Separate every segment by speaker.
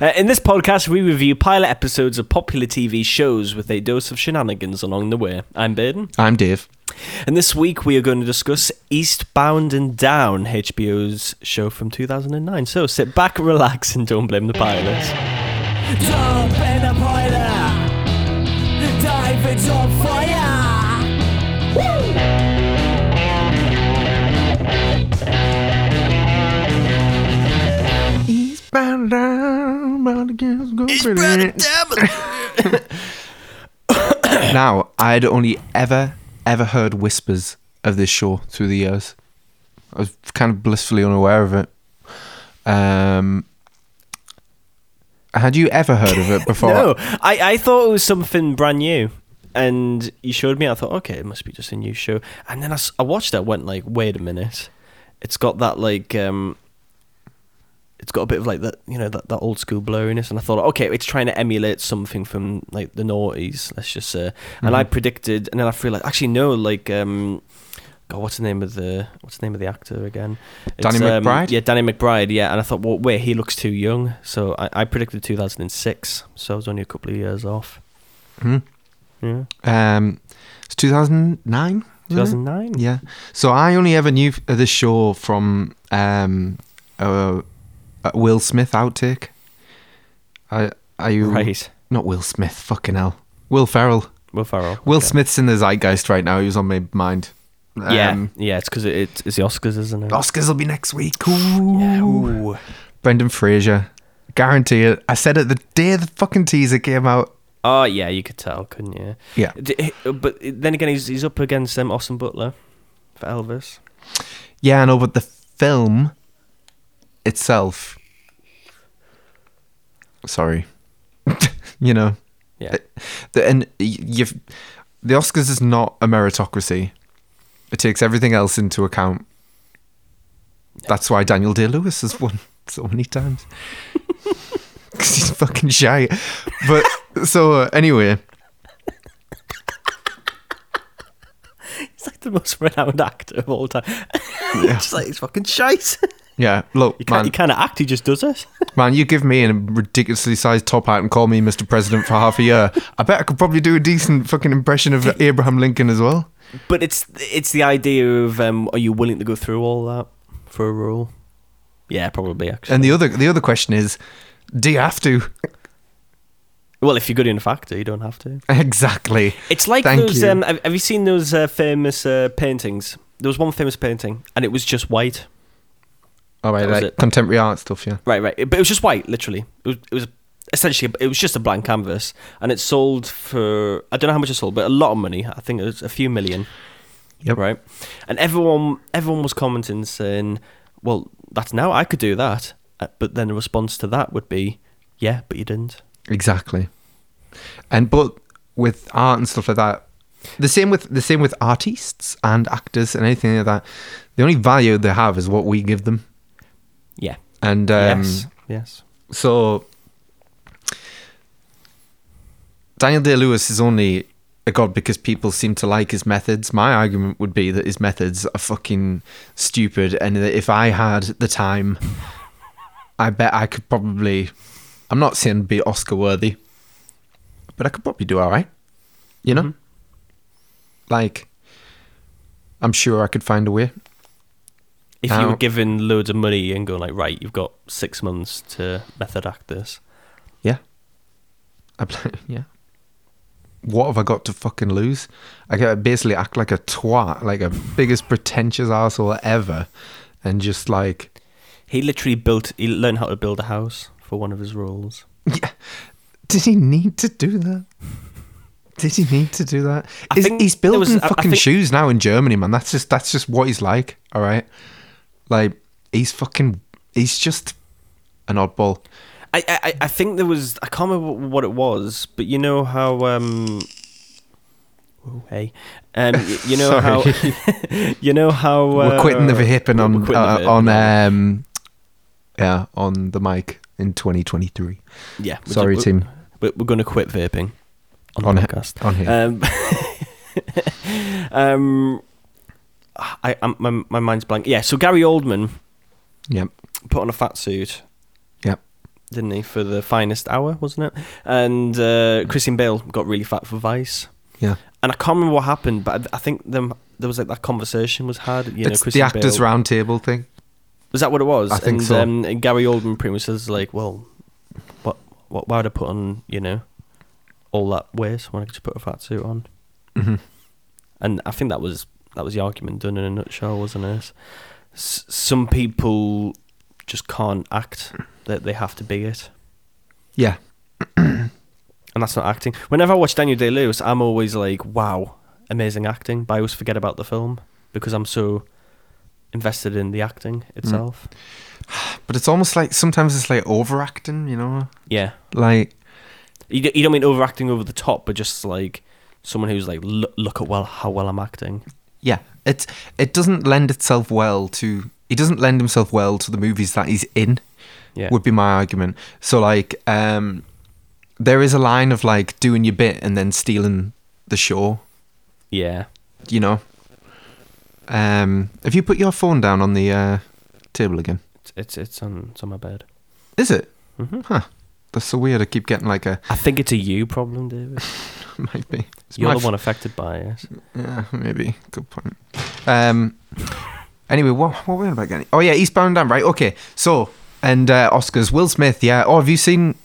Speaker 1: Uh, in this podcast, we review pilot episodes of popular TV shows with a dose of shenanigans along the way. I'm Baden,
Speaker 2: I'm Dave.
Speaker 1: and this week we are going to discuss Eastbound and Down, HBO's show from 2009. So sit back, relax, and don't blame the pilots.
Speaker 3: Jump in the boiler. Dive into fire.
Speaker 2: Now, I'd only ever, ever heard whispers of this show through the years. I was kind of blissfully unaware of it. Um, had you ever heard of it before?
Speaker 1: No, I, I thought it was something brand new. And you showed me, I thought, okay, it must be just a new show. And then I, s- I watched it, I went like, wait a minute. It's got that like, um, it's got a bit of like that, you know, that, that old school blurriness. And I thought, okay, it's trying to emulate something from like the noughties, let's just say. And I predicted, and then I feel like, actually, no, like, um, God, what's the name of the what's the name of the actor again?
Speaker 2: Danny McBride?
Speaker 1: um, Yeah, Danny McBride. Yeah, and I thought, well, wait, he looks too young. So I, I predicted 2006. So I was only a couple of years off.
Speaker 2: Hmm.
Speaker 1: Yeah,
Speaker 2: Um, it's 2009?
Speaker 1: 2009.
Speaker 2: Yeah. So I only ever knew f- uh, this show from um, a, a Will Smith outtake. I, are you
Speaker 1: Right.
Speaker 2: Not Will Smith. Fucking hell. Will Ferrell.
Speaker 1: Will Ferrell.
Speaker 2: Will
Speaker 1: Okay.
Speaker 2: Smith's in the zeitgeist right now. He was on my mind.
Speaker 1: Yeah,
Speaker 2: Um,
Speaker 1: yeah. It's because it, it, it's the Oscars, isn't it?
Speaker 2: Oscars will be next week. Ooh.
Speaker 1: Yeah, ooh.
Speaker 2: Brendan Fraser. Guarantee it. I said it the day the fucking teaser came out.
Speaker 1: Oh yeah, you could tell, couldn't you?
Speaker 2: Yeah.
Speaker 1: D- But then again, he's he's up against um, Austin Butler for Elvis.
Speaker 2: Yeah, I know, but the film itself. Sorry. you know,
Speaker 1: Yeah.
Speaker 2: It- the, and y- you've the Oscars is not a meritocracy. It takes everything else into account. That's why Daniel Day Lewis has won so many times. Because he's fucking shy. But so uh, anyway,
Speaker 1: He's like the most renowned actor of all time. just like he's fucking shite.
Speaker 2: yeah. Look,
Speaker 1: You
Speaker 2: man,
Speaker 1: can't, you can't act. He just does it.
Speaker 2: Man, you give me a ridiculously sized top hat and call me Mr. President for half a year. I bet I could probably do a decent fucking impression of Abraham Lincoln as well.
Speaker 1: But it's it's the idea of um, are you willing to go through all that for a role? Yeah, probably actually.
Speaker 2: And the other the other question is, do you have to?
Speaker 1: well, if you're good enough actor, you don't have to.
Speaker 2: Exactly.
Speaker 1: It's like
Speaker 2: Thank
Speaker 1: those.
Speaker 2: you.
Speaker 1: Um, have have you seen those uh, famous uh, paintings? There was one famous painting, and it was just white.
Speaker 2: All right,
Speaker 1: That was
Speaker 2: Oh, like
Speaker 1: it.
Speaker 2: contemporary art stuff, yeah.
Speaker 1: Right, right. But it was just white, literally. It was, it was essentially it was just a blank canvas, and it sold for I don't know how much it sold, but a lot of money. I think it was a few million.
Speaker 2: Yep.
Speaker 1: Right. And everyone everyone was commenting saying, "Well, that's now I could do that," Uh, but then the response to that would be, "Yeah, but you didn't."
Speaker 2: Exactly. And but with art and stuff like that, the same with the same with artists and actors and anything like that. The only value they have is what we give them.
Speaker 1: Yeah.
Speaker 2: And um,
Speaker 1: yes. Yes.
Speaker 2: So Daniel Day Lewis is only a god because people seem to like his methods. My argument would be that his methods are fucking stupid, and that if I had the time, I bet I could probably. I'm not saying be Oscar worthy, but I could probably do all right. You know, like I'm sure I could find a way.
Speaker 1: If you
Speaker 2: Now-
Speaker 1: were given loads of money and going like, right, you've got six months to method act this.
Speaker 2: Yeah. I play, yeah. What have I got to fucking lose? I gotta basically act like a twat, like a biggest pretentious asshole ever, and just like
Speaker 1: He literally built. He learned how to build a house for one of his roles.
Speaker 2: did he need to do that? Did he need to do that?
Speaker 1: I
Speaker 2: Is,
Speaker 1: think
Speaker 2: he's
Speaker 1: there
Speaker 2: building
Speaker 1: was- I- I
Speaker 2: fucking
Speaker 1: think-
Speaker 2: shoes now in Germany, man. That's just that's just what he's like. All right, like he's fucking he's just an oddball.
Speaker 1: I, I, I- I think there was I can't remember what it was, but you know how um, oh, hey, um, y- you know how you know how uh,
Speaker 2: we're quitting the
Speaker 1: We're
Speaker 2: Verhippen on
Speaker 1: quitting the
Speaker 2: uh,
Speaker 1: Verhippen.
Speaker 2: on um yeah on the mic in 2023
Speaker 1: yeah. we're
Speaker 2: sorry
Speaker 1: ju-
Speaker 2: team
Speaker 1: We're, we're going to quit vaping on,
Speaker 2: On
Speaker 1: the
Speaker 2: he-
Speaker 1: podcast.
Speaker 2: on here
Speaker 1: Um, um, I I'm, my my mind's blank. Yeah, so Gary Oldman
Speaker 2: yep
Speaker 1: put on a fat suit.
Speaker 2: Yep.
Speaker 1: didn't he, for the finest hour, wasn't it? And uh, Christian Bale got really fat for Vice.
Speaker 2: Yeah.
Speaker 1: And I can't remember what happened, but I, I think them, there was like that conversation was had. You know,
Speaker 2: it's the
Speaker 1: Christian
Speaker 2: actors'
Speaker 1: Bale,
Speaker 2: roundtable thing.
Speaker 1: Was that what it was?
Speaker 2: I think
Speaker 1: and,
Speaker 2: so.
Speaker 1: Um, and Gary Oldman pretty much says like, well, what, what, why would I put on, you know, all that weight when I could just put a fat suit on?
Speaker 2: Mhm.
Speaker 1: And I think that was that was the argument done in a nutshell, wasn't it? S- some people just can't act; that they have to be it,
Speaker 2: Yeah,
Speaker 1: and that's not acting. Whenever I watch Daniel Day Lewis, I'm always like, "Wow, amazing acting!" But I always forget about the film because I'm so invested in the acting
Speaker 2: Mm.
Speaker 1: itself.
Speaker 2: but it's almost like sometimes it's like overacting. You know,
Speaker 1: Yeah,
Speaker 2: like
Speaker 1: you, d- you don't mean overacting over the top, but just like someone who's like, "Look, look at well how well I'm acting."
Speaker 2: yeah, it it doesn't lend itself well to. He doesn't lend himself well to the movies that he's in.
Speaker 1: Yeah,
Speaker 2: would be my argument. So like, um, there is a line of like doing your bit and then stealing the show.
Speaker 1: yeah.
Speaker 2: You know. Um, have you put your phone down on the uh, table again?
Speaker 1: It's it's, it's on it's on my bed.
Speaker 2: Is it?
Speaker 1: Mhm.
Speaker 2: Huh. That's so weird. I keep getting like a
Speaker 1: I think it's a you problem, David.
Speaker 2: might be. It's
Speaker 1: You're
Speaker 2: my
Speaker 1: the one affected by it.
Speaker 2: Yeah, maybe. Good point. Um. Anyway, what what were we on about again? Oh yeah, Eastbound and Down. Right. Okay. So and uh, Oscars. Will Smith. Yeah. Oh, have you seen?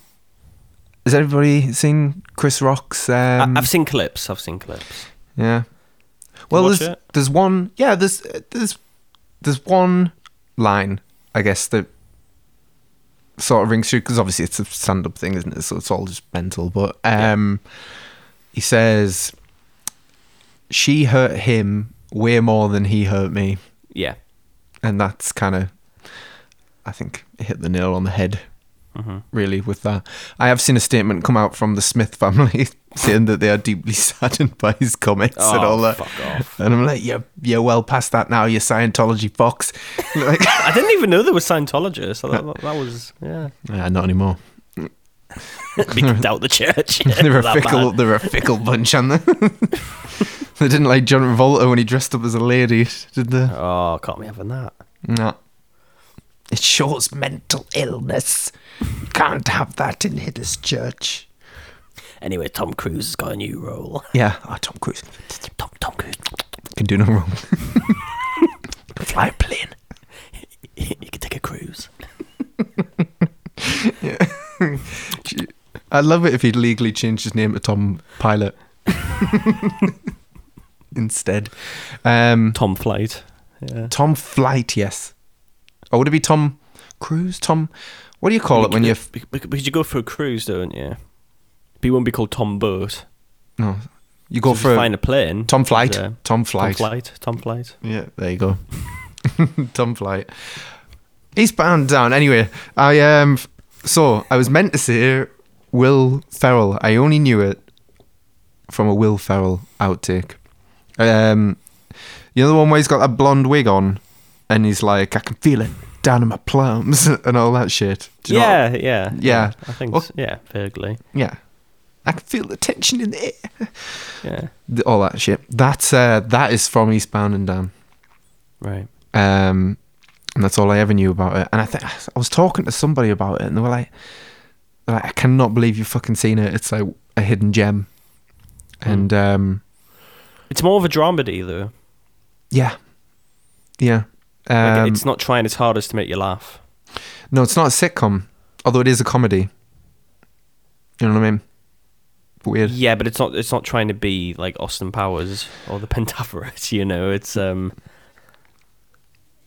Speaker 2: Has everybody seen Chris Rock's? Um,
Speaker 1: I, I've seen clips. I've seen clips.
Speaker 2: Yeah. Well,
Speaker 1: watch
Speaker 2: there's
Speaker 1: it?
Speaker 2: there's one. Yeah, there's there's there's one line. I guess that sort of rings true because obviously it's a stand-up thing, isn't it? So it's all just mental. But um, he says she hurt him way more than he hurt me,
Speaker 1: Yeah.
Speaker 2: and that's kind of I think it hit the nail on the head
Speaker 1: Mm-hmm.
Speaker 2: really with that. I have seen a statement come out from the Smith family saying that they are deeply saddened by his comments
Speaker 1: Oh,
Speaker 2: and all that.
Speaker 1: fuck off!
Speaker 2: And I'm like, you're, you're well past that now, you Scientology fox. Like,
Speaker 1: I didn't even know there were Scientologists. So that, that was yeah.
Speaker 2: yeah, not anymore.
Speaker 1: Big doubt the church.
Speaker 2: They're a
Speaker 1: That
Speaker 2: fickle,
Speaker 1: bad.
Speaker 2: they're a fickle bunch, aren't they? they didn't like John Travolta when he dressed up as a lady, did they?
Speaker 1: Oh, can't be having that.
Speaker 2: No. It shows mental illness. You can't have that in this church.
Speaker 1: Anyway, Tom Cruise has got a new role.
Speaker 2: Yeah, oh, Tom Cruise
Speaker 1: Tom, Tom Cruise,
Speaker 2: can do no wrong.
Speaker 1: fly a plane. you can take a cruise.
Speaker 2: I'd love it if he'd legally changed his name to Tom Pilot instead. Um,
Speaker 1: Tom Flight. Yeah.
Speaker 2: Tom Flight, yes. Or would it be Tom Cruise? Tom, what do you call it when you?
Speaker 1: Bec- bec- because you go for a cruise, don't you? But you won't be called Tom Boat.
Speaker 2: No, you go
Speaker 1: So if
Speaker 2: for
Speaker 1: you
Speaker 2: a-
Speaker 1: find a plane.
Speaker 2: Tom Flight.
Speaker 1: Yeah.
Speaker 2: Tom
Speaker 1: Tom
Speaker 2: Flight.
Speaker 1: Flight. Tom Flight.
Speaker 2: Yeah, there you go. Tom Flight. Eastbound down. Anyway, I um, f- so I was meant to say Will Ferrell. I only knew it from a Will Ferrell outtake. Um, you know the one where he's got that blonde wig on, and he's like, "I can feel it down in my plums" and all that shit. Do you know-
Speaker 1: yeah, yeah,
Speaker 2: Yeah.
Speaker 1: I think.
Speaker 2: Well-
Speaker 1: s- yeah, vaguely.
Speaker 2: yeah. I can feel the tension in the air.
Speaker 1: Yeah.
Speaker 2: Th- All that shit. That's uh, that is from Eastbound and Down.
Speaker 1: Right.
Speaker 2: um, and that's all I ever knew about it. And I think I was talking to somebody about it, and they were like, they're like, "I cannot believe you've fucking seen it. It's like a hidden gem."
Speaker 1: Hmm.
Speaker 2: And um,
Speaker 1: It's more of a dramedy, though.
Speaker 2: yeah, yeah.
Speaker 1: Like,
Speaker 2: Um,
Speaker 1: it's not trying its hardest to make you laugh.
Speaker 2: no, it's not a sitcom, although it is a comedy. You know what I mean? Weird.
Speaker 1: Yeah, but it's not. It's not trying to be like Austin Powers or the Pentaveret. You know, it's um,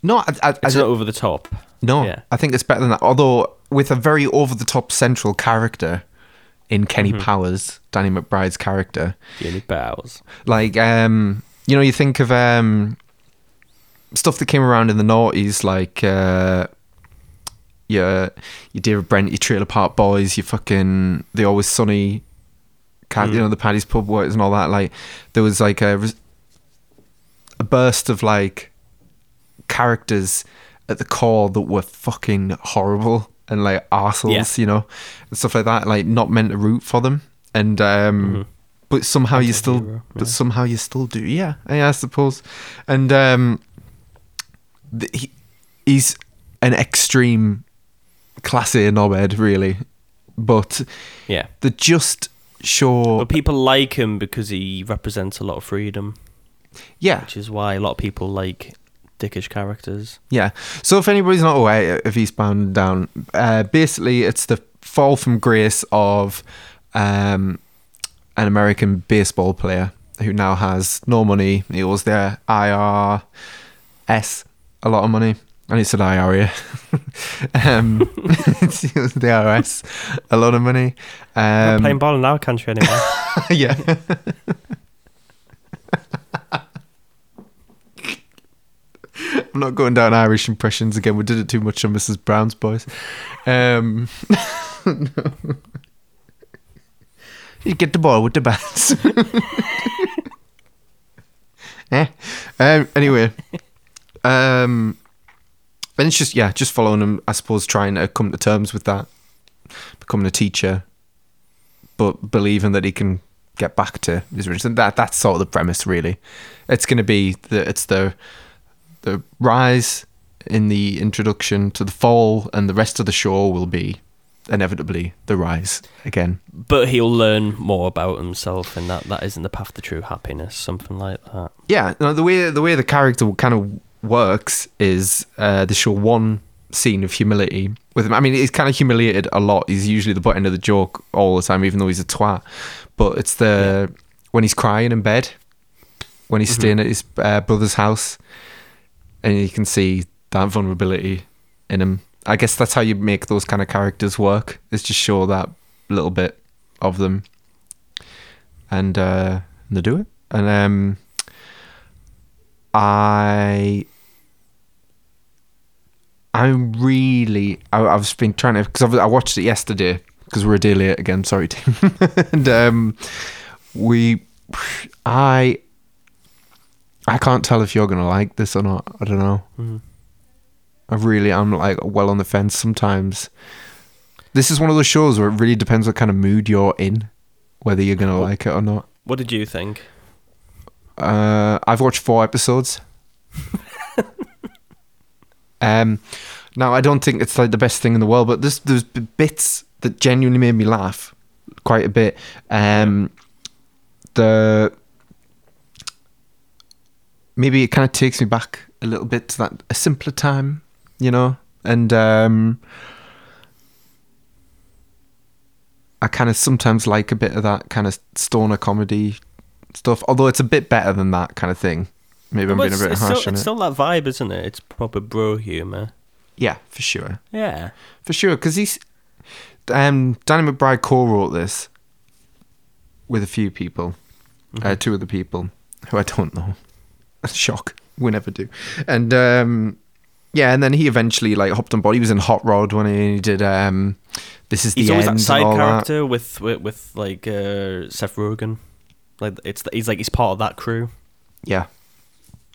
Speaker 2: No, I, I, I
Speaker 1: it's
Speaker 2: don't-
Speaker 1: not over the top.
Speaker 2: No,
Speaker 1: Yeah.
Speaker 2: I think it's better than that. Although with a very over the top central character in Kenny Powers, Danny McBride's character,
Speaker 1: You need bows.
Speaker 2: like um, you know, you think of um, stuff that came around in the noughties, like uh, your your dear Brent, your Trailer Park Boys, your fucking the Always Sunny, cat, you know, the Paddy's Pub Works and all that. Like there was like a res- a burst of like characters at the core that were fucking horrible and like arseholes,
Speaker 1: Yeah.
Speaker 2: you know, and stuff like that, like not meant to root for them. And um but somehow you still
Speaker 1: Anti-hero,
Speaker 2: but somehow you still do. Yeah, yeah, I suppose. And um th- he, he's an extreme class A knobhead, really. But
Speaker 1: Yeah.
Speaker 2: they're just sure.
Speaker 1: But people like him because he represents a lot of freedom,
Speaker 2: yeah,
Speaker 1: which is why a lot of people like dickish characters.
Speaker 2: yeah. So if anybody's not aware of Eastbound and Down, uh, basically it's the fall from grace of um, an American baseball player who now has no money. He owes their IRS a lot of money. And he said IRA. um, he owes the IRS a lot of money.
Speaker 1: Not
Speaker 2: Um,
Speaker 1: playing ball in our country anymore.
Speaker 2: yeah. I'm not going down Irish impressions again. We did it too much on Mrs. Brown's Boys. Um, you get the ball with the bats. eh? um, anyway, um, and it's just yeah, just following them. I suppose trying to come to terms with that, becoming a teacher, but believing that he can get back to his roots. And that that's sort of the premise, really. It's going to be the it's the the rise in the introduction to the fall, and the rest of the show will be inevitably the rise again.
Speaker 1: but he'll learn more about himself, and that, that isn't the path to true happiness, something like that.
Speaker 2: Yeah, no, the way the way the character kind of works is uh, they show one scene of humility with him. I mean, he's kind of humiliated a lot. He's usually the butt end of the joke all the time, even though he's a twat. But it's the when he's crying in bed, when he's staying at his uh, brother's house, and you can see that vulnerability in him. I guess that's how you make those kind of characters work. Is just show that little bit of them, and uh, they do it. And um, I I'm really I, I've been trying to because I watched it yesterday because we're a day late again. Sorry, Tim. and um, we I I can't tell if you're gonna like this or not. I don't know. I really I'm like well on the fence sometimes. This is one of those shows where it really depends what kind of mood you're in, whether you're gonna like it or not.
Speaker 1: What did you think?
Speaker 2: Uh, I've watched four episodes. um, now I don't think it's like the best thing in the world, but there's there's b- bits that genuinely made me laugh quite a bit. Um, the maybe it kind of takes me back a little bit to that a simpler time, you know, and um, I kind of sometimes like a bit of that kind of stoner comedy stuff. Although it's a bit better than that kind of thing. Maybe I'm
Speaker 1: Well,
Speaker 2: being a
Speaker 1: it's,
Speaker 2: bit
Speaker 1: it's
Speaker 2: harsh
Speaker 1: still,
Speaker 2: on
Speaker 1: it's
Speaker 2: it.
Speaker 1: still that vibe, isn't it? It's proper bro humour.
Speaker 2: Yeah, for sure,
Speaker 1: Yeah.
Speaker 2: for sure. Because he's um, Danny McBride co-wrote this with a few people,
Speaker 1: Mm-hmm.
Speaker 2: uh, two other people who I don't know. Shock, we never do. And um, yeah, and then he eventually like hopped on board. He was in Hot Rod when he did. Um, this is
Speaker 1: He's
Speaker 2: the
Speaker 1: always
Speaker 2: end
Speaker 1: that
Speaker 2: and
Speaker 1: side
Speaker 2: all that.
Speaker 1: character with, with with like uh, Seth Rogen. Like it's the, he's like he's part of that crew.
Speaker 2: Yeah.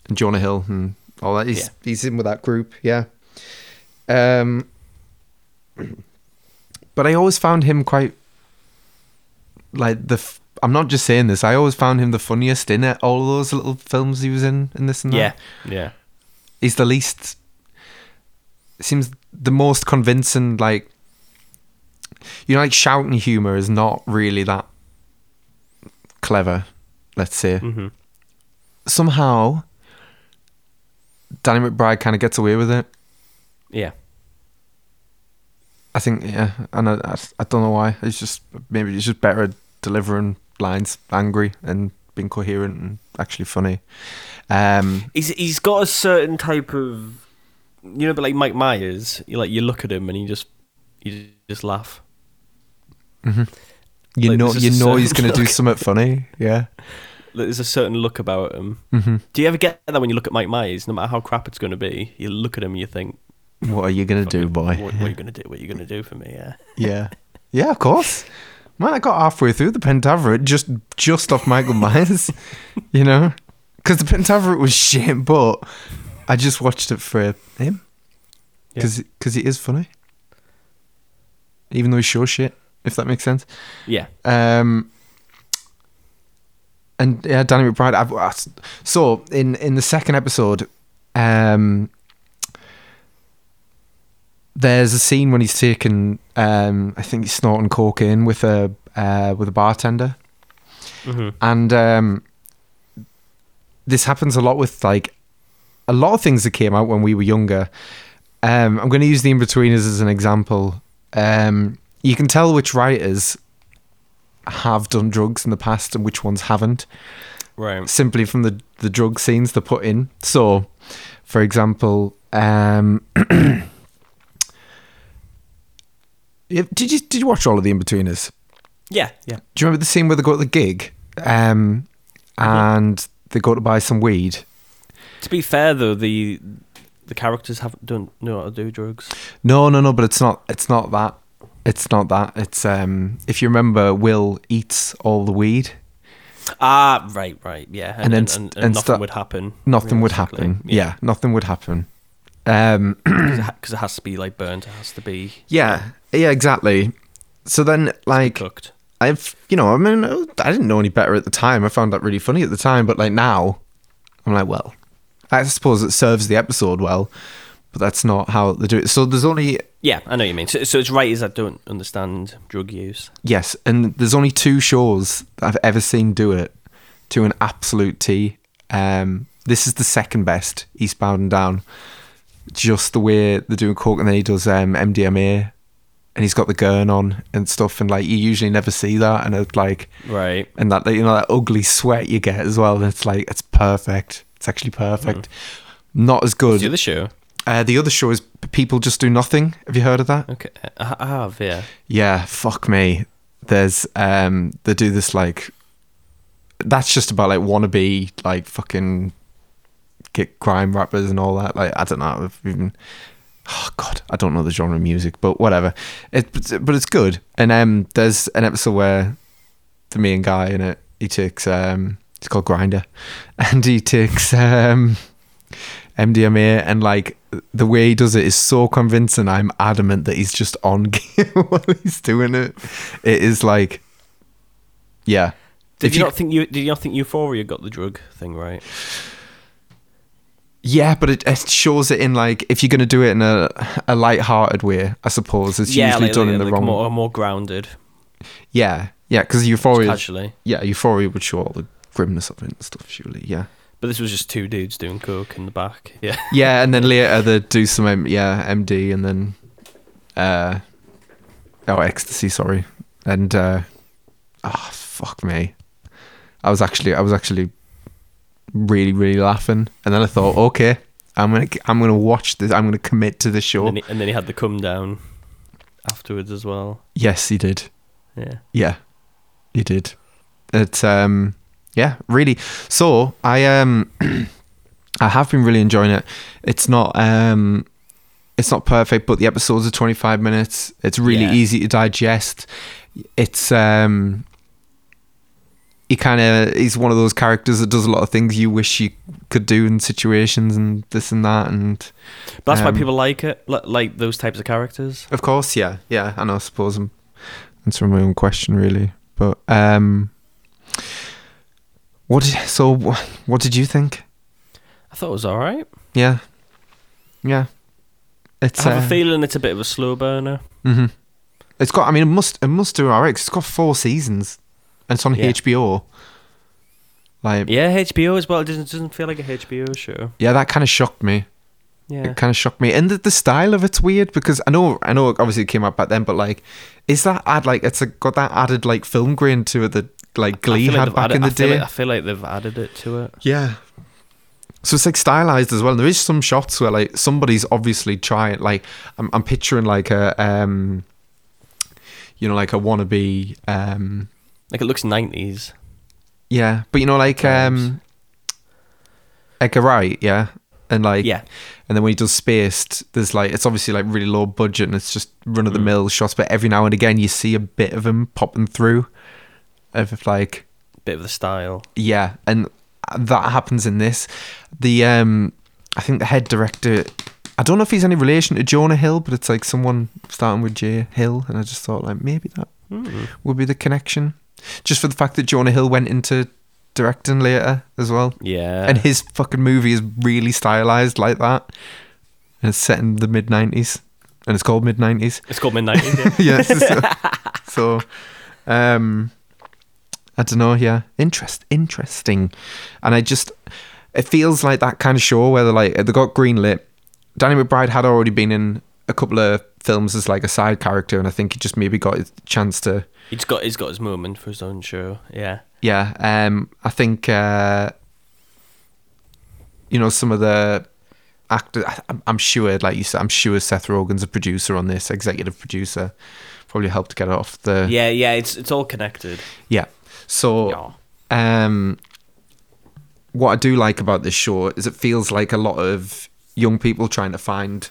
Speaker 2: And Jonah Hill and all that. He's
Speaker 1: Yeah.
Speaker 2: he's in with that group, yeah. Um But I always found him quite like the f- I'm not just saying this. I always found him the funniest in it. All those little films he was in and this and that.
Speaker 1: Yeah. Yeah.
Speaker 2: He's the least seems the most convincing like you know like shouting humor is not really that clever, let's say
Speaker 1: hmm
Speaker 2: somehow Danny McBride kind of gets away with it.
Speaker 1: Yeah.
Speaker 2: I think, yeah, and I, I, I don't know why. It's just maybe it's just better at delivering lines, angry and being coherent and actually funny. Um,
Speaker 1: He's he's got a certain type of you know, but like Mike Myers, you like you look at him and you just you just laugh.
Speaker 2: you
Speaker 1: Like,
Speaker 2: know,
Speaker 1: this is
Speaker 2: you
Speaker 1: a
Speaker 2: know he's
Speaker 1: certain
Speaker 2: gonna do
Speaker 1: look.
Speaker 2: something funny. Yeah,
Speaker 1: Like, There's a certain look about him.
Speaker 2: hmm
Speaker 1: Do you ever get that when you look at Mike Myers? No matter how crap it's going to be, you look at him and you think,
Speaker 2: what are you gonna do,
Speaker 1: "Fucking-
Speaker 2: boy?
Speaker 1: What, what are you going to do? What are you going to do for me? Yeah.
Speaker 2: Yeah, yeah, of course. Man, I got halfway through the Pentaveret just just off Michael Myers, you know, because the Pentaveret was shit, but I just watched it for him
Speaker 1: Yeah.
Speaker 2: because it is funny, even though he's sure shit, if that makes sense.
Speaker 1: Yeah.
Speaker 2: Um, and yeah, Danny McBride. I've, I, so in in the second episode, um, there's a scene when he's taking, um, I think he's snorting cocaine with a uh, with a bartender,
Speaker 1: Mhm.
Speaker 2: and um, this happens a lot with like a lot of things that came out when we were younger. Um, I'm going to use the Inbetweeners as an example. Um, you can tell which writers have done drugs in the past and which ones haven't
Speaker 1: Right.
Speaker 2: simply from the the drug scenes they put in. So, for example, um, yeah, did you did you watch all of the Inbetweeners?
Speaker 1: Yeah. Yeah.
Speaker 2: Do you remember the scene where they go to the gig, um, and they go to buy some weed?
Speaker 1: To be fair though, the the characters haven't done know how to do drugs.
Speaker 2: No, no, no. But it's not. It's not that. It's not that. It's um, if you remember, Will eats all the weed.
Speaker 1: Ah, right, right, yeah. And,
Speaker 2: And then
Speaker 1: and,
Speaker 2: s-
Speaker 1: and,
Speaker 2: and
Speaker 1: nothing
Speaker 2: sta-
Speaker 1: would happen.
Speaker 2: Nothing would happen. Yeah. nothing would happen. Um,
Speaker 1: because it, ha- 'cause it has to be like burnt. It has to be
Speaker 2: yeah, yeah, exactly. So then, like,
Speaker 1: cooked.
Speaker 2: I've you know I mean I didn't know any better at the time. I found that really funny at the time, but like now, I'm like, well, I suppose it serves the episode well, but that's not how they do it. So there's only
Speaker 1: Yeah, I know what you mean. So, so it's writers that don't understand drug use.
Speaker 2: yes, and there's only two shows that I've ever seen do it to an absolute T. Um, this is the second best, Eastbound and Down. Just the way they're doing coke, and then he does um, MDMA, and he's got the gurn on and stuff, and like you usually never see that, and it's like.
Speaker 1: Right.
Speaker 2: and that you know that ugly sweat you get as well. It's like it's perfect. It's actually perfect. Not as good.
Speaker 1: Do the show.
Speaker 2: uh, the other show is P- people just do nothing. Have you heard of that?
Speaker 1: Okay. I I have, yeah.
Speaker 2: Yeah, fuck me. There's um they do this like that's just about like wannabe like fucking get crime rappers and all that. Like I don't know if even oh god, I don't know the genre of music, but whatever. It but- but it's good. And um there's an episode where the main guy in it he takes um it's called Grinder and he takes um MDMA and like the way he does it is so convincing. I'm adamant that he's just on gear while he's doing it. It is like, yeah.
Speaker 1: Did
Speaker 2: If
Speaker 1: you,
Speaker 2: you-
Speaker 1: not think you did you not think Euphoria got the drug thing right?
Speaker 2: Yeah, but it, it shows it in like if you're going to do it in a a light-hearted way, I suppose it's usually done in the
Speaker 1: like
Speaker 2: wrong.
Speaker 1: more more grounded,
Speaker 2: Yeah, Oh, yeah, because euphoria.
Speaker 1: casually.
Speaker 2: Yeah, euphoria would show all the grimness of it and stuff. Surely, yeah,
Speaker 1: But this was just two dudes doing coke in the back. Yeah.
Speaker 2: yeah, and then later they do some um, yeah MD and then, uh, oh ecstasy, sorry, and uh, ah fuck me, I was actually I was actually really really laughing, and then I thought okay. I'm gonna I'm gonna watch this. I'm gonna commit to the show.
Speaker 1: And, then he, and then he had the come down afterwards as well.
Speaker 2: yes, he did.
Speaker 1: Yeah.
Speaker 2: Yeah, you did. It um yeah, really. So I um I have been really enjoying it. It's not um it's not perfect, but the episodes are twenty five minutes. It's really
Speaker 1: Yeah.
Speaker 2: easy to digest. It's um he kind of he's one of those characters that does a lot of things you wish you could do in situations and this and that and
Speaker 1: But that's
Speaker 2: Um,
Speaker 1: why people like it, li- like those types of characters.
Speaker 2: Of course, yeah, yeah. And I suppose I'm answering my own question really, but um, what? Did, so, wh- what did you think?
Speaker 1: I thought it was all right.
Speaker 2: Yeah, yeah. It's
Speaker 1: I have
Speaker 2: uh,
Speaker 1: a feeling it's a bit of a slow burner.
Speaker 2: mhm. It's got. I mean, it must. It must do alright. 'cause It's got four seasons, and it's on
Speaker 1: Yeah.
Speaker 2: HBO. Like, yeah,
Speaker 1: Yeah, HBO as well. It doesn't doesn't feel like a HBO show.
Speaker 2: that kind of shocked me.
Speaker 1: Yeah.
Speaker 2: It kind of shocked me, and the, the style of it's weird because I know, I know, obviously it came out back then, but like, is that add like it's a, got that added like film grain to it that like
Speaker 1: I
Speaker 2: Glee
Speaker 1: feel like
Speaker 2: had
Speaker 1: they've
Speaker 2: back
Speaker 1: added-
Speaker 2: in
Speaker 1: I
Speaker 2: the
Speaker 1: feel
Speaker 2: day?
Speaker 1: like- I feel like they've added it to it.
Speaker 2: Yeah. So it's like stylized as well. There is some shots where like somebody's obviously trying. Like I'm, I'm picturing like a, um, you know, like a wannabe. Um,
Speaker 1: Like it looks nineties.
Speaker 2: yeah, but you know, like um, like a right, yeah, and like
Speaker 1: Yeah.
Speaker 2: and then when he does spaced, there's like it's obviously like really low budget and it's just run of the mill shots, but every now and again you see a bit of him popping through, of like
Speaker 1: Bit of the style.
Speaker 2: yeah and that happens in this the um i think the head director i don't know if he's any relation to jonah hill but it's like someone starting with j hill and i just thought like maybe that
Speaker 1: Hmm.
Speaker 2: would be the connection just for the fact that jonah hill went into directing later as well
Speaker 1: Yeah.
Speaker 2: and his fucking movie is really stylized like that and it's set in the mid 90s and it's called mid nineties.
Speaker 1: It's called Midnight. India.
Speaker 2: yes. So, so, um, I don't know. Yeah, interest, interesting, and I just it feels like that kind of show where they're like they got greenlit. Danny McBride had already been in a couple of films as like a side character, and I think he just maybe got his chance to.
Speaker 1: He's got he's got his moment for his own show. Yeah.
Speaker 2: Yeah, um, I think uh, you know some of the actors. I'm, I'm sure, like you said, I'm sure Seth Rogen's a producer on this, executive producer, probably helped get it off the
Speaker 1: Yeah, yeah, it's it's all connected.
Speaker 2: yeah. So, um, what I do like about this show is it feels like a lot of young people trying to find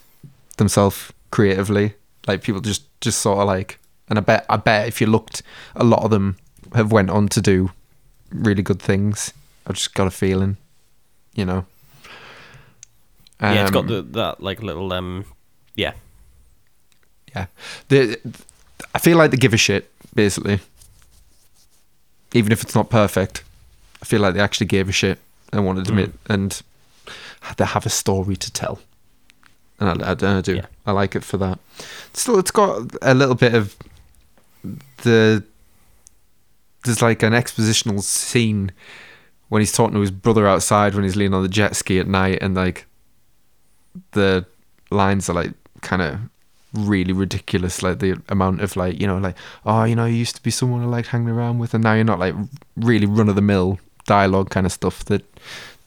Speaker 2: themselves creatively. Like people just just sort of like, and I bet I bet if you looked, a lot of them have went on to do really good things. I've just got a feeling, you know.
Speaker 1: yeah, it's got
Speaker 2: Um,
Speaker 1: the, that like little um yeah.
Speaker 2: yeah. The, I feel like they give a shit basically, even if it's not perfect. I feel like they actually gave a shit and wanted to admit and they have a story to tell. And I, I, I do.
Speaker 1: Yeah.
Speaker 2: I like it for that. Still, it's got a little bit of the. There's like an expositional scene when he's talking to his brother outside when he's leaning on the jet ski at night, and like the lines are like kind of really ridiculous like the amount of like you know like oh you know you used to be someone i liked hanging around with and now you're not like really run-of-the-mill dialogue kind of stuff that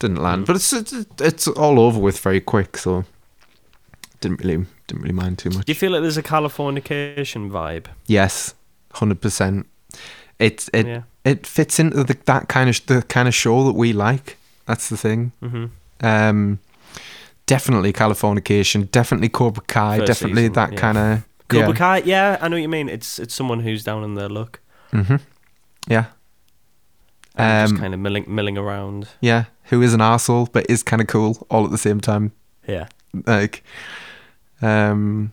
Speaker 2: didn't land but it's it's, it's all over with very quick so didn't really didn't really mind too much
Speaker 1: Do you feel like there's a Californication vibe?
Speaker 2: yes 100% it it
Speaker 1: Yeah.
Speaker 2: it fits into the, that kind of the kind of show that we like that's the thing
Speaker 1: Mhm.
Speaker 2: um definitely californication definitely cobra kai
Speaker 1: First
Speaker 2: definitely
Speaker 1: season,
Speaker 2: that
Speaker 1: yeah.
Speaker 2: kind of
Speaker 1: Cobra Kai, yeah, I know what you mean. It's it's someone who's down in their luck.
Speaker 2: Mm-hmm. Yeah.
Speaker 1: and just
Speaker 2: Um,
Speaker 1: kind of milling milling around.
Speaker 2: Yeah. Who is an asshole but is kind of cool all at the same time.
Speaker 1: Yeah.
Speaker 2: Like, um,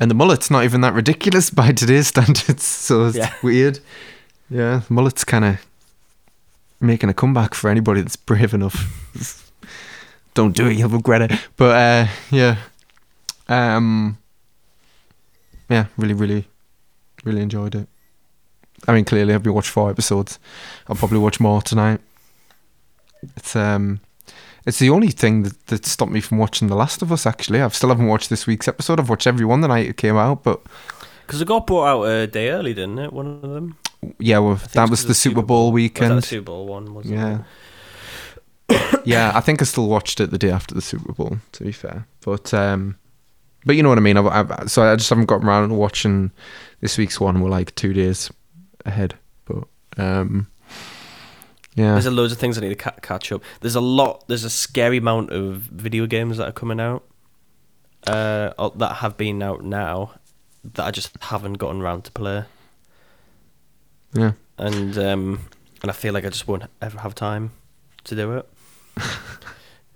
Speaker 2: and the mullet's not even that ridiculous by today's standards. So it's
Speaker 1: Yeah.
Speaker 2: weird. Yeah. The mullet's kind of making a comeback for anybody that's brave enough. Don't do it. You'll regret it. But, uh, yeah. Um, yeah. Really, really, really enjoyed it. I mean, clearly, I've been watched four episodes. I'll probably watch more tonight. It's um, it's the only thing that, that stopped me from watching The Last of Us. Actually, I've still haven't watched this week's episode. I've watched every one the night it came out, but
Speaker 1: Because it got brought out a day early, didn't it? One of them.
Speaker 2: yeah, well,
Speaker 1: it's
Speaker 2: that
Speaker 1: 'cause
Speaker 2: was
Speaker 1: of
Speaker 2: the Super Bowl,
Speaker 1: Was that the
Speaker 2: weekend.
Speaker 1: Super Bowl one? Was
Speaker 2: yeah,
Speaker 1: It?
Speaker 2: yeah. I think I still watched it the day after the Super Bowl. To be fair, but um, but you know what I mean. I've, I've, so I just haven't gotten around to watching this week's one. We're like two days ahead, but um, yeah.
Speaker 1: There's a loads of things I need to ca- catch up. There's a lot. There's a scary amount of video games that are coming out, uh, or that have been out now, that I just haven't gotten round to play,
Speaker 2: yeah.
Speaker 1: and um, and I feel like I just won't ever have time to do it.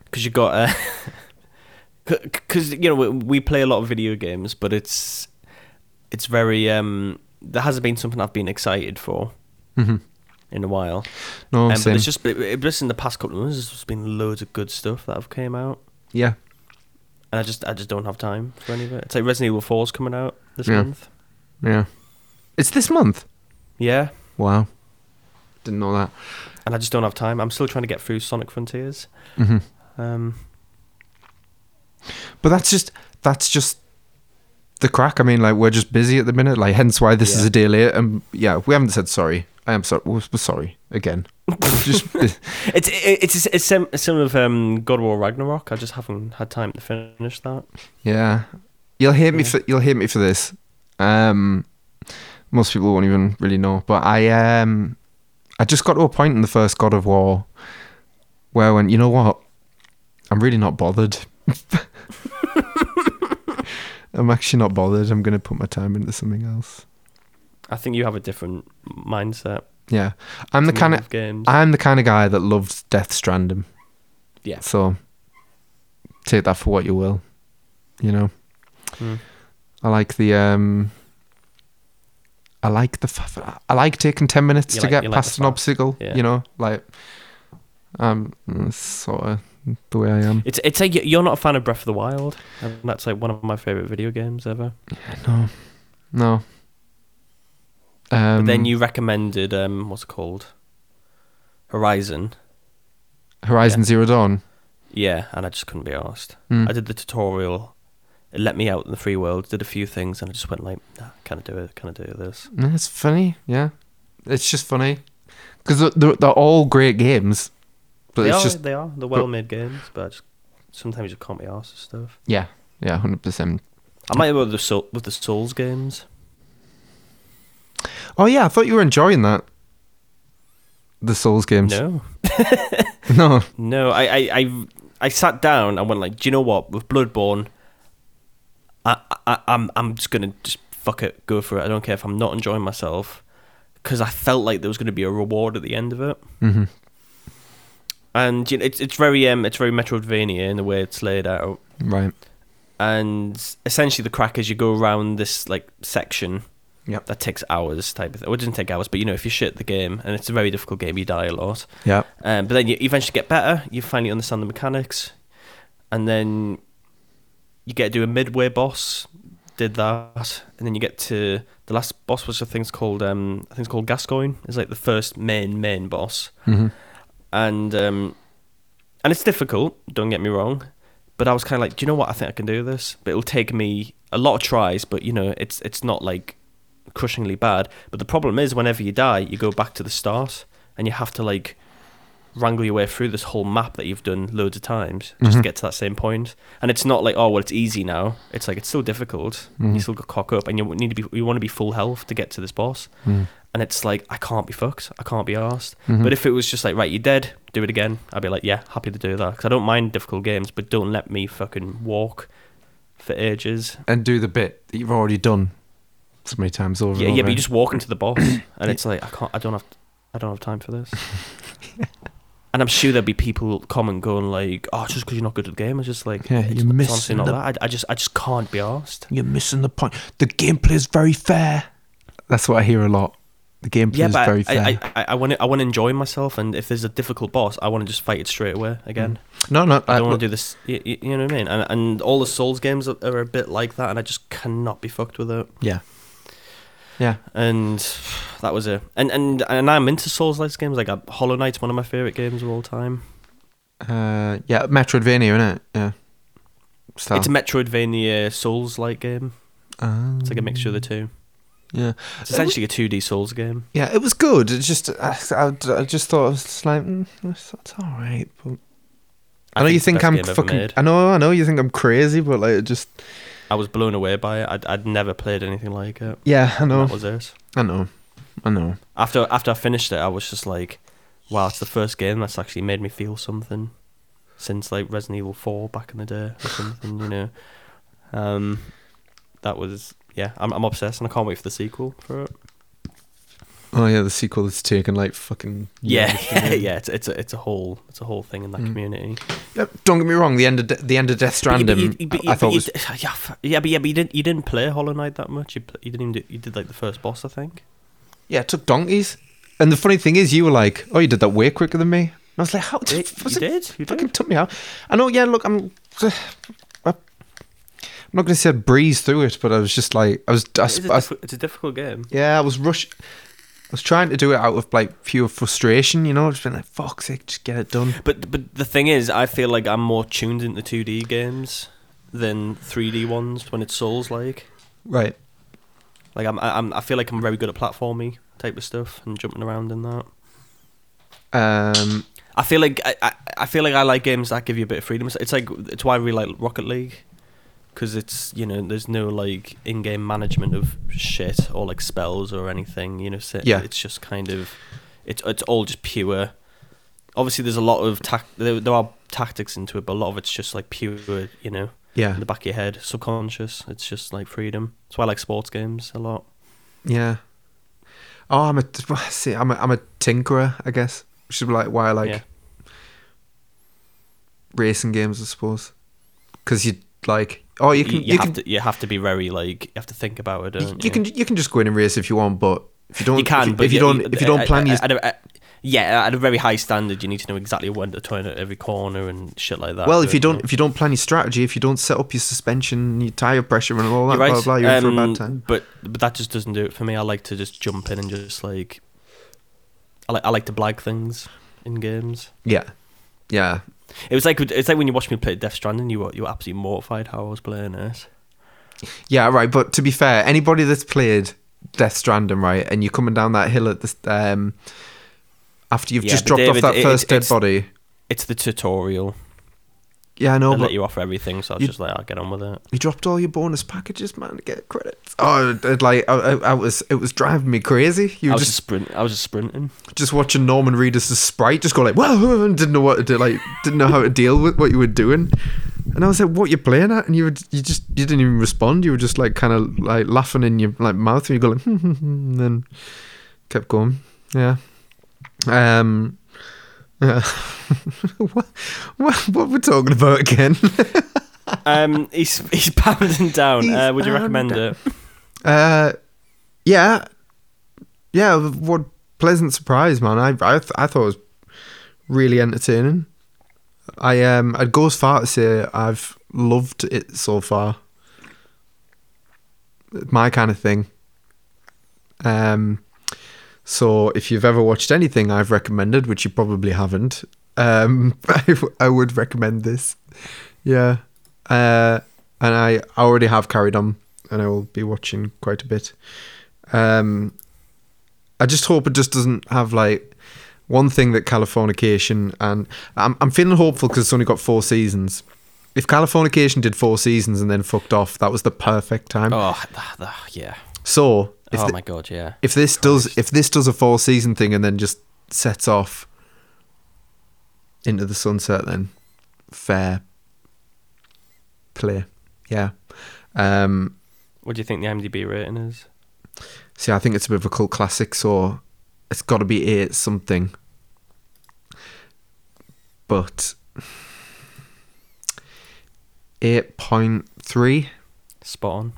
Speaker 1: Because you got, because you know we, we play a lot of video games, but it's it's very um, there hasn't been something I've been excited for
Speaker 2: Mhm.
Speaker 1: in a while.
Speaker 2: No,
Speaker 1: Um, but
Speaker 2: same.
Speaker 1: there's just but- but just in the past couple of months, there's been loads of good stuff that have came out,
Speaker 2: yeah.
Speaker 1: and I just I just don't have time for any of it. It's like Resident Evil 4's coming out this
Speaker 2: Yeah.
Speaker 1: month.
Speaker 2: Yeah. It's this month.
Speaker 1: Yeah,
Speaker 2: Wow. Didn't know that.
Speaker 1: and I just don't have time. I'm still trying to get through Sonic Frontiers.
Speaker 2: hmm
Speaker 1: Um,
Speaker 2: But that's just that's just the crack. I mean, like we're just busy at the minute. Like hence why this is
Speaker 1: Yeah.
Speaker 2: a day late. And yeah, we haven't said sorry. I am sorry. We're, we're sorry again. just
Speaker 1: it's it, it's it's some some of um, God of War Ragnarok. I just haven't had time to finish that.
Speaker 2: yeah. You'll hate me
Speaker 1: Yeah.
Speaker 2: for you'll hate me for this. Um, most people won't even really know, but I um, I just got to a point in the first God of War where I went, you know what? I'm really not bothered. I'm actually not bothered. I'm going to put my time into something else.
Speaker 1: I think you have a different mindset.
Speaker 2: Yeah, I'm the
Speaker 1: to me
Speaker 2: kind of
Speaker 1: with games.
Speaker 2: I'm the kind of guy that loves Death Stranding.
Speaker 1: Yeah.
Speaker 2: So take that for what you will. You know.
Speaker 1: Mm.
Speaker 2: I like the um. I like the. F- I like taking ten minutes
Speaker 1: You
Speaker 2: to
Speaker 1: like-
Speaker 2: get
Speaker 1: you like the
Speaker 2: past an
Speaker 1: fast,
Speaker 2: obstacle.
Speaker 1: yeah.
Speaker 2: You know, like. Um, sort of the way I am.
Speaker 1: It's it's like you're not a fan of Breath of the Wild, and that's like one of my favorite video games ever.
Speaker 2: No, no. Um,
Speaker 1: but then you recommended um, what's it called? Horizon.
Speaker 2: Horizon
Speaker 1: yeah.
Speaker 2: Zero Dawn.
Speaker 1: Yeah, and I just couldn't be asked.
Speaker 2: Mm.
Speaker 1: I did the tutorial. It let me out in the free world. Did a few things, and I just went like, nah, can I do it? Can I do this?
Speaker 2: No, it's funny. Yeah, it's just funny because they're, they're, they're all great games, but
Speaker 1: they
Speaker 2: it's
Speaker 1: are,
Speaker 2: just
Speaker 1: they are. They're well made games, but I just, sometimes you can't be asked stuff.
Speaker 2: yeah, yeah, hundred percent. Hmm.
Speaker 1: I might with the Soul, with the Souls games.
Speaker 2: Oh yeah, I thought you were enjoying that. The Souls games.
Speaker 1: No,
Speaker 2: no.
Speaker 1: no. I, I, I, I sat down. and went like, do you know what? With Bloodborne, I, I, I'm, I'm just gonna just fuck it, go for it. I don't care if I'm not enjoying myself, because I felt like there was gonna be a reward at the end of it.
Speaker 2: hmm
Speaker 1: And you know, it's it's very um, it's very Metroidvania in the way it's laid out.
Speaker 2: Right.
Speaker 1: and essentially the crack is you go around this like section
Speaker 2: Yep.
Speaker 1: that takes hours type of thing. Well, it doesn't take hours, but you know if you shit the game and it's a very difficult game, you die a lot.
Speaker 2: Yeah.
Speaker 1: Um, but then you eventually get better. You finally understand the mechanics, and then you get to do a midway boss. Did that, and then you get to the last boss, which I think's called um, I think it's called Gascoigne. It's like the first main main boss
Speaker 2: hmm
Speaker 1: and um, and it's difficult. Don't get me wrong, but I was kind of like, do you know what? I think I can do this. But it'll take me a lot of tries. But you know, it's it's not like crushingly bad. But the problem is, whenever you die, you go back to the start, and you have to like wrangle your way through this whole map that you've done loads of times just to
Speaker 2: Mhm.
Speaker 1: get to that same point. And it's not like oh well, it's easy now. It's like it's still difficult. You still got cock up, and you need to be you want to be full health to get to this boss
Speaker 2: Mm.
Speaker 1: and it's like I can't be fucked. I can't be asked.
Speaker 2: Mhm.
Speaker 1: But if it was just like right, you're dead, do it again. I'd be like, yeah, happy to do that because I don't mind difficult games, but don't let me fucking walk for ages.
Speaker 2: And do the bit that you've already done so many times over.
Speaker 1: Yeah,
Speaker 2: and
Speaker 1: yeah, but
Speaker 2: over.
Speaker 1: you just walk into the boss, and it's like I can't. I don't have. I don't have time for this. and I'm sure there'll be people coming going like, oh, just because you're not good at the game, it's just like,
Speaker 2: Yeah,
Speaker 1: it's,
Speaker 2: you're
Speaker 1: it's honestly
Speaker 2: missing
Speaker 1: not
Speaker 2: the-
Speaker 1: that. I, I just, I just can't be asked.
Speaker 2: You're missing the point. The gameplay is very fair. That's what I hear a lot. The gameplay
Speaker 1: Yeah,
Speaker 2: is
Speaker 1: but
Speaker 2: very
Speaker 1: I,
Speaker 2: fair.
Speaker 1: I, I, I want to, I want to enjoy myself, and if there's a difficult boss, I want to just fight it straight away again.
Speaker 2: no, no,
Speaker 1: I
Speaker 2: I-
Speaker 1: don't want to do this. You, you know what I mean? And, and all the Souls games are, are a bit like that, and I just cannot be fucked with it.
Speaker 2: Yeah, yeah.
Speaker 1: And that was it. And and and I'm into Souls like games. Like uh, Hollow Knight's one of my favorite games of all time.
Speaker 2: Uh, yeah, Metroidvania, isn't it? Yeah. Style.
Speaker 1: It's a Metroidvania Souls like game.
Speaker 2: Um,
Speaker 1: It's like a mixture of the two.
Speaker 2: Yeah,
Speaker 1: It's essentially a 2D Souls game.
Speaker 2: yeah. It was good. It's just I, I, I just thought it was just like mm, that's, that's all right. But I, know you
Speaker 1: it's the
Speaker 2: think
Speaker 1: best
Speaker 2: I'm
Speaker 1: game ever
Speaker 2: fucking.
Speaker 1: made.
Speaker 2: I know, I know you think I'm crazy, but like it just
Speaker 1: I was blown away by it. I'd, I'd never played anything like it.
Speaker 2: yeah. I know.
Speaker 1: That was it.
Speaker 2: I know. I know.
Speaker 1: After after I finished it, I was just like, wow, it's the first game that's actually made me feel something since like Resident Evil Four back in the day or something, you know. Um, that was yeah, I'm I'm obsessed and I can't wait for the sequel for it.
Speaker 2: Oh yeah, the sequel is taken like fucking.
Speaker 1: Yeah,
Speaker 2: years to
Speaker 1: yeah,
Speaker 2: make.
Speaker 1: yeah. It's it's a it's a whole it's a whole thing in that
Speaker 2: Mm.
Speaker 1: community.
Speaker 2: Yep, Don't get me wrong. The end of De- the end of Death
Speaker 1: But you-
Speaker 2: Stranding.
Speaker 1: but you- but you-
Speaker 2: I thought
Speaker 1: but you
Speaker 2: was
Speaker 1: d- yeah, f- yeah, but yeah, but you didn't you didn't play Hollow Knight that much. You pl- you didn't even do, you did like the first boss, I think.
Speaker 2: yeah. It took donkeys. And the funny thing is, you were like, "Oh, you did that way quicker than me." And I was like, "How
Speaker 1: You,
Speaker 2: did,
Speaker 1: you did, you
Speaker 2: fucking
Speaker 1: did.
Speaker 2: took me out. I know. Yeah, look, I'm. I'm not going to say I breezed through it, but I was just like, I was. I,
Speaker 1: It's a,
Speaker 2: sp- I-
Speaker 1: diffi- it's a difficult game.
Speaker 2: yeah, I was rush. I was trying to do it out of like pure frustration, you know. Just been like, fuck's sake, just get it done.
Speaker 1: But but the thing is, I feel like I'm more tuned into 2D games than 3D ones when it's Souls like.
Speaker 2: Right.
Speaker 1: Like I'm, I- I'm I feel like I'm very good at platformy type of stuff and jumping around and that.
Speaker 2: Um.
Speaker 1: I feel like I, I, I feel like I like games that give you a bit of freedom. It's like it's why I really like Rocket League because it's you know there's no like in-game management of shit or like spells or anything. You know, so
Speaker 2: Yeah.
Speaker 1: It's just kind of it's it's all just pure. Obviously, there's a lot of tac. There, there are tactics into it, but a lot of it's just like pure. You know,
Speaker 2: Yeah.
Speaker 1: in the back of your head, subconscious. It's just like freedom. That's why I like sports games a lot.
Speaker 2: Yeah. Oh, I'm a see. I'm a I'm a tinkerer, I guess. Which is like why I like
Speaker 1: Yeah.
Speaker 2: racing games, I suppose. Because you like, oh, you can you,
Speaker 1: have
Speaker 2: can
Speaker 1: to you have to be very like you have to think about it.
Speaker 2: you,
Speaker 1: Don't
Speaker 2: you can you can just go in and race if you want, but if you don't,
Speaker 1: you can,
Speaker 2: if you,
Speaker 1: but
Speaker 2: if you
Speaker 1: yeah,
Speaker 2: don't, if you don't plan,
Speaker 1: I,
Speaker 2: you
Speaker 1: I- I- I- Yeah, at a very high standard, you need to know exactly when to turn at every corner and shit like that.
Speaker 2: well, if you
Speaker 1: don't
Speaker 2: don't if you don't plan your strategy, if you don't set up your suspension, your tire pressure, and all that,
Speaker 1: You're right.
Speaker 2: blah blah, you're in for a
Speaker 1: um,
Speaker 2: bad time.
Speaker 1: But but that just doesn't do it for me. I like to just jump in and just like I like I like to blag things in games.
Speaker 2: Yeah, yeah.
Speaker 1: It was like it's like when you watched me play Death Stranding, you were you were absolutely mortified how I was playing it.
Speaker 2: Yeah, right. But to be fair, anybody that's played Death Stranding, right, and you're coming down that hill at this um, after you've
Speaker 1: Yeah,
Speaker 2: just
Speaker 1: but
Speaker 2: dropped
Speaker 1: David,
Speaker 2: off that
Speaker 1: it-
Speaker 2: first
Speaker 1: it-
Speaker 2: dead
Speaker 1: it's-
Speaker 2: body.
Speaker 1: It's the tutorial.
Speaker 2: Yeah, I
Speaker 1: They
Speaker 2: know,
Speaker 1: let
Speaker 2: but you...
Speaker 1: you off everything, so I was
Speaker 2: you-
Speaker 1: just like, I'll get on with it.
Speaker 2: dropped all your bonus packages, man, to get credits. Oh, it, like I, I, I was, it was driving me crazy. You
Speaker 1: I
Speaker 2: were
Speaker 1: was
Speaker 2: just
Speaker 1: just sprint. I was just sprinting.
Speaker 2: just watching Norman Reedus as Sprite just go like, whoa, and didn't know what to do, like, didn't know how to deal with what you were doing. And I was like, what you playing at? And you were, you just, you didn't even respond. You were just like, kind of like laughing in your like mouth, and you go like, hmm, hmm, hmm, and then kept going. Yeah. Um. Yeah. what, what, what we're talking about again?
Speaker 1: Um, he's he's pounding down.
Speaker 2: He's
Speaker 1: uh, would you recommend
Speaker 2: pounding.
Speaker 1: it?
Speaker 2: Uh, yeah, yeah. What pleasant surprise, man! I I, th- I thought it was really entertaining. I um, I'd go as far to say I've loved it so far. My kind of thing. Um, so if you've ever watched anything I've recommended, which you probably haven't, um, I, w- I would recommend this. Yeah. Uh, and I already have carried on, and I will be watching quite a bit. Um, I just hope it just doesn't have like one thing that Californication and I'm I'm feeling hopeful because it's only got four seasons. If Californication did four seasons and then fucked off, that was the perfect time.
Speaker 1: Oh, th- th- yeah.
Speaker 2: So if
Speaker 1: oh
Speaker 2: Um, the-
Speaker 1: my god, yeah.
Speaker 2: if this does if this does a four season thing and then just sets off into the sunset then fair play yeah um
Speaker 1: What do you think the IMDb rating is?
Speaker 2: see i think it's a bit of a cult classic so it's got to be eight something but 8.3
Speaker 1: Spot on.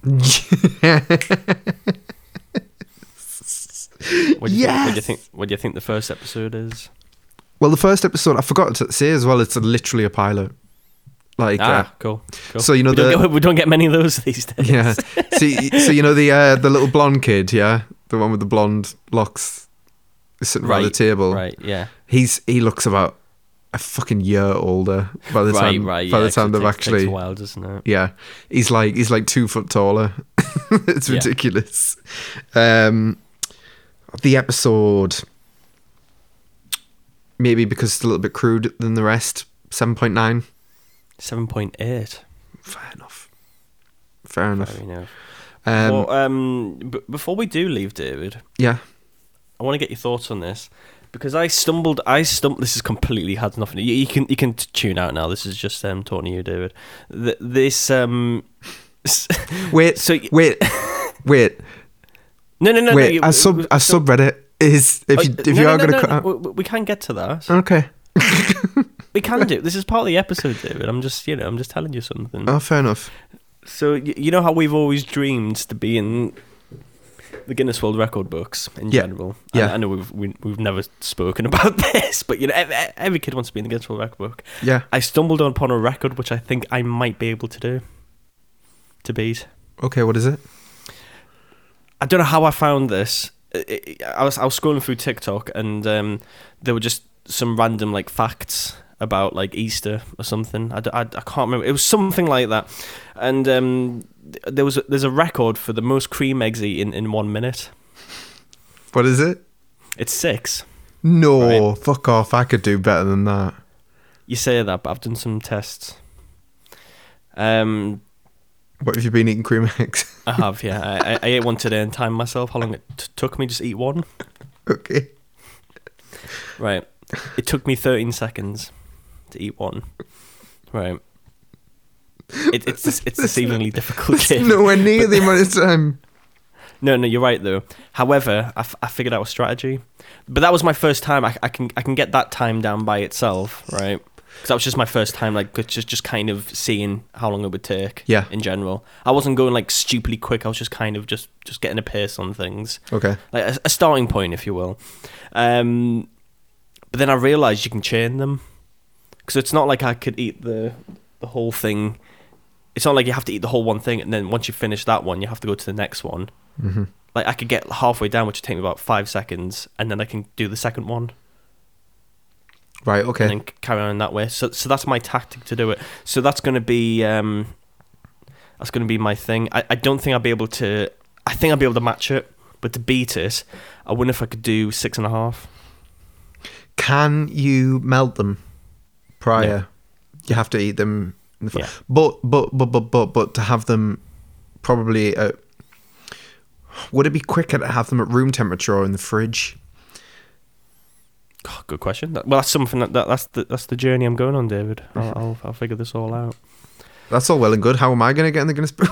Speaker 1: What do you think? What do you
Speaker 2: Yes!
Speaker 1: think? What do you think the first episode is?
Speaker 2: well the first episode i forgot to say as well it's literally a pilot like uh,
Speaker 1: Ah, cool. cool.
Speaker 2: So, you know
Speaker 1: we don't,
Speaker 2: the-
Speaker 1: get, we don't get many of those these days.
Speaker 2: Yeah. So, y- so you know the uh, the little blonde kid, yeah, the one with the blonde locks, is sitting around the
Speaker 1: Right,
Speaker 2: table.
Speaker 1: Right. Yeah.
Speaker 2: He's he looks about a fucking year older by the
Speaker 1: right.
Speaker 2: time
Speaker 1: right.
Speaker 2: by
Speaker 1: yeah,
Speaker 2: the
Speaker 1: 'cause
Speaker 2: time
Speaker 1: it
Speaker 2: they've
Speaker 1: takes- takes
Speaker 2: actually
Speaker 1: a while, doesn't it?
Speaker 2: yeah, he's like he's like two foot taller. it's
Speaker 1: Yeah.
Speaker 2: ridiculous. Um, the episode, maybe because it's a little bit crude than the rest, seven point nine.
Speaker 1: Seven point eight.
Speaker 2: Fair enough. Fair enough.
Speaker 1: Fair enough.
Speaker 2: Um,
Speaker 1: well, um, b- before we do leave, David,
Speaker 2: yeah.
Speaker 1: I want to get your thoughts on this because I stumbled. I stumbled. This is completely had nothing. You, you can you can t- tune out now. This is just um, talking to you, David. Th- this um. s-
Speaker 2: Wait.
Speaker 1: So y-
Speaker 2: wait, wait,
Speaker 1: no no no no.
Speaker 2: wait.
Speaker 1: you-
Speaker 2: I sub I subreddit is if you
Speaker 1: Oh,
Speaker 2: if
Speaker 1: no,
Speaker 2: you
Speaker 1: no,
Speaker 2: are
Speaker 1: no,
Speaker 2: going to
Speaker 1: no, Hmm.
Speaker 2: cut out.
Speaker 1: no, we, we can get to that.
Speaker 2: Okay.
Speaker 1: We can do. This is part of the episode, David. I'm just you know I'm just telling you something.
Speaker 2: Oh, fair enough.
Speaker 1: So y- you know how we've always dreamed to be in the Guinness World Record books in
Speaker 2: Yeah.
Speaker 1: general.
Speaker 2: Yeah.
Speaker 1: And I know we've we, we've never spoken about this, but you know ev- ev- every kid wants to be in the Guinness World Record book.
Speaker 2: Yeah.
Speaker 1: I stumbled upon a record which I think I might be able to do to beat.
Speaker 2: Okay. What is it?
Speaker 1: I don't know how I found this. I, I- I was I was scrolling through TikTok and um, there were just some random like facts about like Easter or something. I, d- I d- I can't remember. It was something like that. And um, th- there was a, there's a record for the most cream eggs eaten in one minute.
Speaker 2: What is it?
Speaker 1: It's six.
Speaker 2: No, fuck off. I could do better than that.
Speaker 1: You say that, but I've done some tests. Um,
Speaker 2: What have you been eating cream eggs?
Speaker 1: I have, yeah. I, I, I ate one today and timed myself. How long it t- took me just to eat one?
Speaker 2: okay.
Speaker 1: Right. It took me 13 seconds to eat one. Right. It, it's this, it's deceivingly difficult. game.
Speaker 2: Nowhere near the amount of time.
Speaker 1: no, no, you're right though. However, I, f- I figured out a strategy, but that was my first time. I, I can I can get that time down by itself, right? Because that was just my first time, like it's just just kind of seeing how long it would take.
Speaker 2: Yeah.
Speaker 1: In general, I wasn't going like stupidly quick. I was just kind of just just getting a pace on things
Speaker 2: Okay.
Speaker 1: like a, a starting point, if you will. Um, But then I realised you can chain them because it's not like I could eat the the whole thing. It's not like you have to eat the whole one thing, and then once you finish that one, you have to go to the next one.
Speaker 2: Mm-hmm.
Speaker 1: Like I could get halfway down, which would take me about five seconds, and then I can do the second one
Speaker 2: Right.
Speaker 1: and
Speaker 2: Okay.
Speaker 1: then c- carry on in that way. So, so that's my tactic to do it. So that's going to be um, that's going to be my thing. I, I don't think I'll be able to. I think I'll be able to match it, but to beat it, I wonder if I could do six and a half.
Speaker 2: Can you melt them prior?
Speaker 1: No.
Speaker 2: You have to eat them. In the fr-
Speaker 1: Yeah.
Speaker 2: But but but but but but to have them probably at, would it be quicker to have them at room temperature or in the fridge?
Speaker 1: Oh, good question. That- well, that's something that, that that's the that's the journey I'm going on, David. I'll I'll, I'll figure this all out.
Speaker 2: That's all well and good. How am I going to get in the Guinness Book?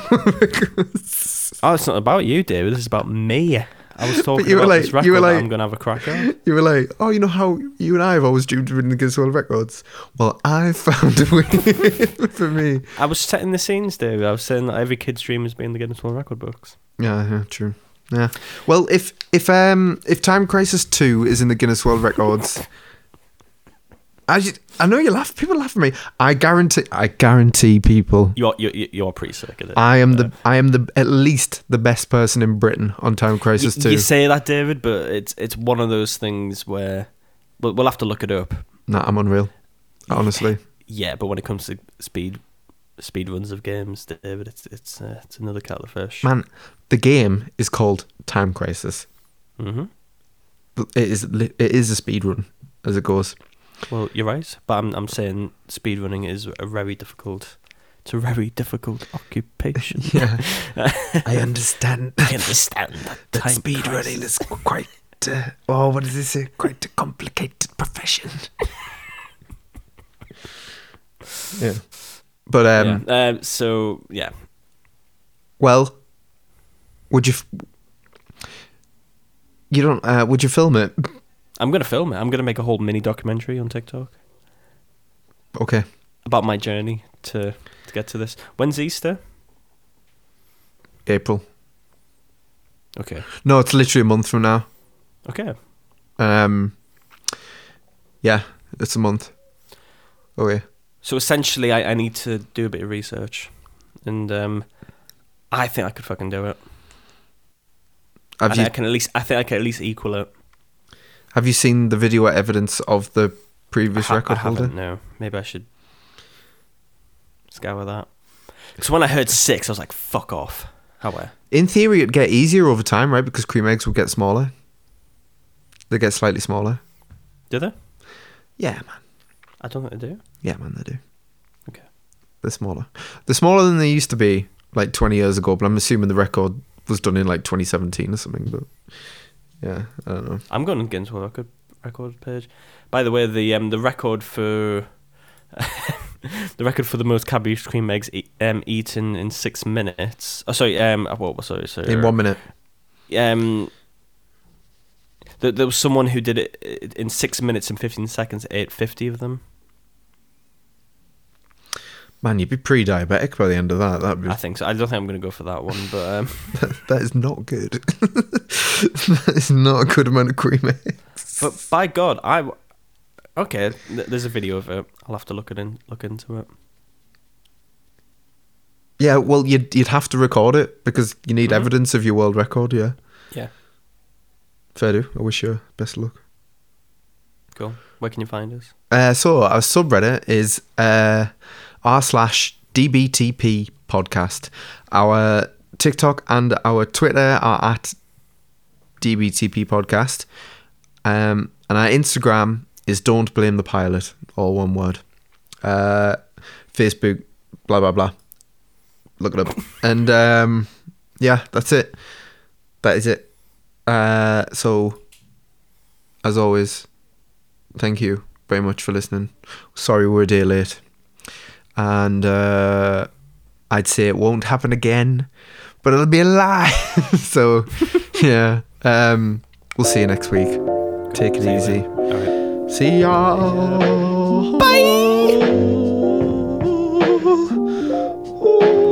Speaker 1: Oh, it's not about you, David. This is about me. I was talking
Speaker 2: you were
Speaker 1: about
Speaker 2: like-
Speaker 1: this record
Speaker 2: you were
Speaker 1: that
Speaker 2: like-
Speaker 1: I'm going to have a crack at.
Speaker 2: you were like, oh, you know how you and I have always dreamed of winning the Guinness World Records. Well, I found a way for me.
Speaker 1: I was setting the scenes, David. I was saying that every kid's dream is being the Guinness World Record books.
Speaker 2: Yeah, yeah, true. Yeah. Well, if if um if Time Crisis Two is in the Guinness World Records, I ju- I know you laugh. People laugh at me. I guarantee. I guarantee people.
Speaker 1: You're you're you're pretty sick of it.
Speaker 2: I am the I am the at least the best person in Britain on Time
Speaker 1: Y-
Speaker 2: Crisis
Speaker 1: You
Speaker 2: Two.
Speaker 1: say that, David, but it's it's one of those things where we'll, we'll have to look it up.
Speaker 2: Nah, I'm unreal. Honestly,
Speaker 1: Yeah, but when it comes to speed speed runs of games, David, it's it's uh, it's another kettle of fish.
Speaker 2: man, the game is called Time Crisis.
Speaker 1: hmm
Speaker 2: It is li- it is a speed run as it goes.
Speaker 1: Well, you're right, but I'm I'm saying speed running is a very difficult. It's a very difficult occupation.
Speaker 2: Yeah, I understand.
Speaker 1: I understand that.
Speaker 2: that
Speaker 1: time
Speaker 2: speed
Speaker 1: crisis.
Speaker 2: running is quite uh, oh what does it say quite a complicated profession yeah but um
Speaker 1: yeah. um, so yeah,
Speaker 2: well would you f- you don't uh, would you film it
Speaker 1: I'm gonna film it. I'm gonna make a whole mini documentary on TikTok
Speaker 2: okay
Speaker 1: about my journey to to get to this. When's Easter?
Speaker 2: april
Speaker 1: Okay.
Speaker 2: no it's literally a month from now
Speaker 1: Okay.
Speaker 2: um yeah it's a month oh yeah
Speaker 1: So essentially, I, I need to do a bit of research, and um, I think I could fucking do it.
Speaker 2: have
Speaker 1: And
Speaker 2: you
Speaker 1: I can at least I think I can at least equal it.
Speaker 2: have you seen the video evidence of the previous
Speaker 1: I ha-
Speaker 2: record
Speaker 1: I
Speaker 2: holder
Speaker 1: haven't, No, maybe I should scour that. Because when I heard six, I was like, "Fuck off." However,
Speaker 2: In theory, it'd get easier over time, right? Because cream eggs would get smaller. They get slightly smaller.
Speaker 1: do they?
Speaker 2: Yeah, man.
Speaker 1: I don't think they do.
Speaker 2: Yeah, man, they do.
Speaker 1: Okay.
Speaker 2: They're smaller. They're smaller than they used to be like 20 years ago, but I'm assuming the record was done in like 2017 or something. But yeah, I don't know.
Speaker 1: I'm going on Guinness World Record, record page. By the way, the um the record for the record for the most cabbage cream eggs e- um, eaten in six minutes. Oh, sorry. Um, what? Sorry, sorry.
Speaker 2: In one minute.
Speaker 1: um th- there was someone who did it i- in 6 minutes and 15 seconds ate 50 of them
Speaker 2: Man, you'd be pre diabetic by the end of that. That'd be,
Speaker 1: i think so i don't think i'm going to go for that one but um
Speaker 2: that is not good. that is not a good amount of cream egg.
Speaker 1: but by god i w- okay th- there's a video of it i'll have to look it in look into it
Speaker 2: Yeah, well, you'd, you'd have to record it because you need
Speaker 1: Mhm.
Speaker 2: evidence of your world record, yeah.
Speaker 1: yeah
Speaker 2: Fair do. I wish you best of luck.
Speaker 1: cool where can you find us
Speaker 2: Uh, so our subreddit is uh, r slash dbtp podcast. Our TikTok and our Twitter are at dbtp podcast, um, and our Instagram is don't blame the pilot, all one word. Uh, Facebook, blah blah blah. Look it up, and um, yeah, that's it. That is it. Uh, so, as always thank you very much for listening. Sorry we're a day late. And uh, I'd say it won't happen again, but it'll be a lie. so, yeah. Um, we'll see you next week. Take it
Speaker 1: See you
Speaker 2: easy.
Speaker 1: later. all right
Speaker 2: See y'all. Bye. Oh,
Speaker 1: Oh,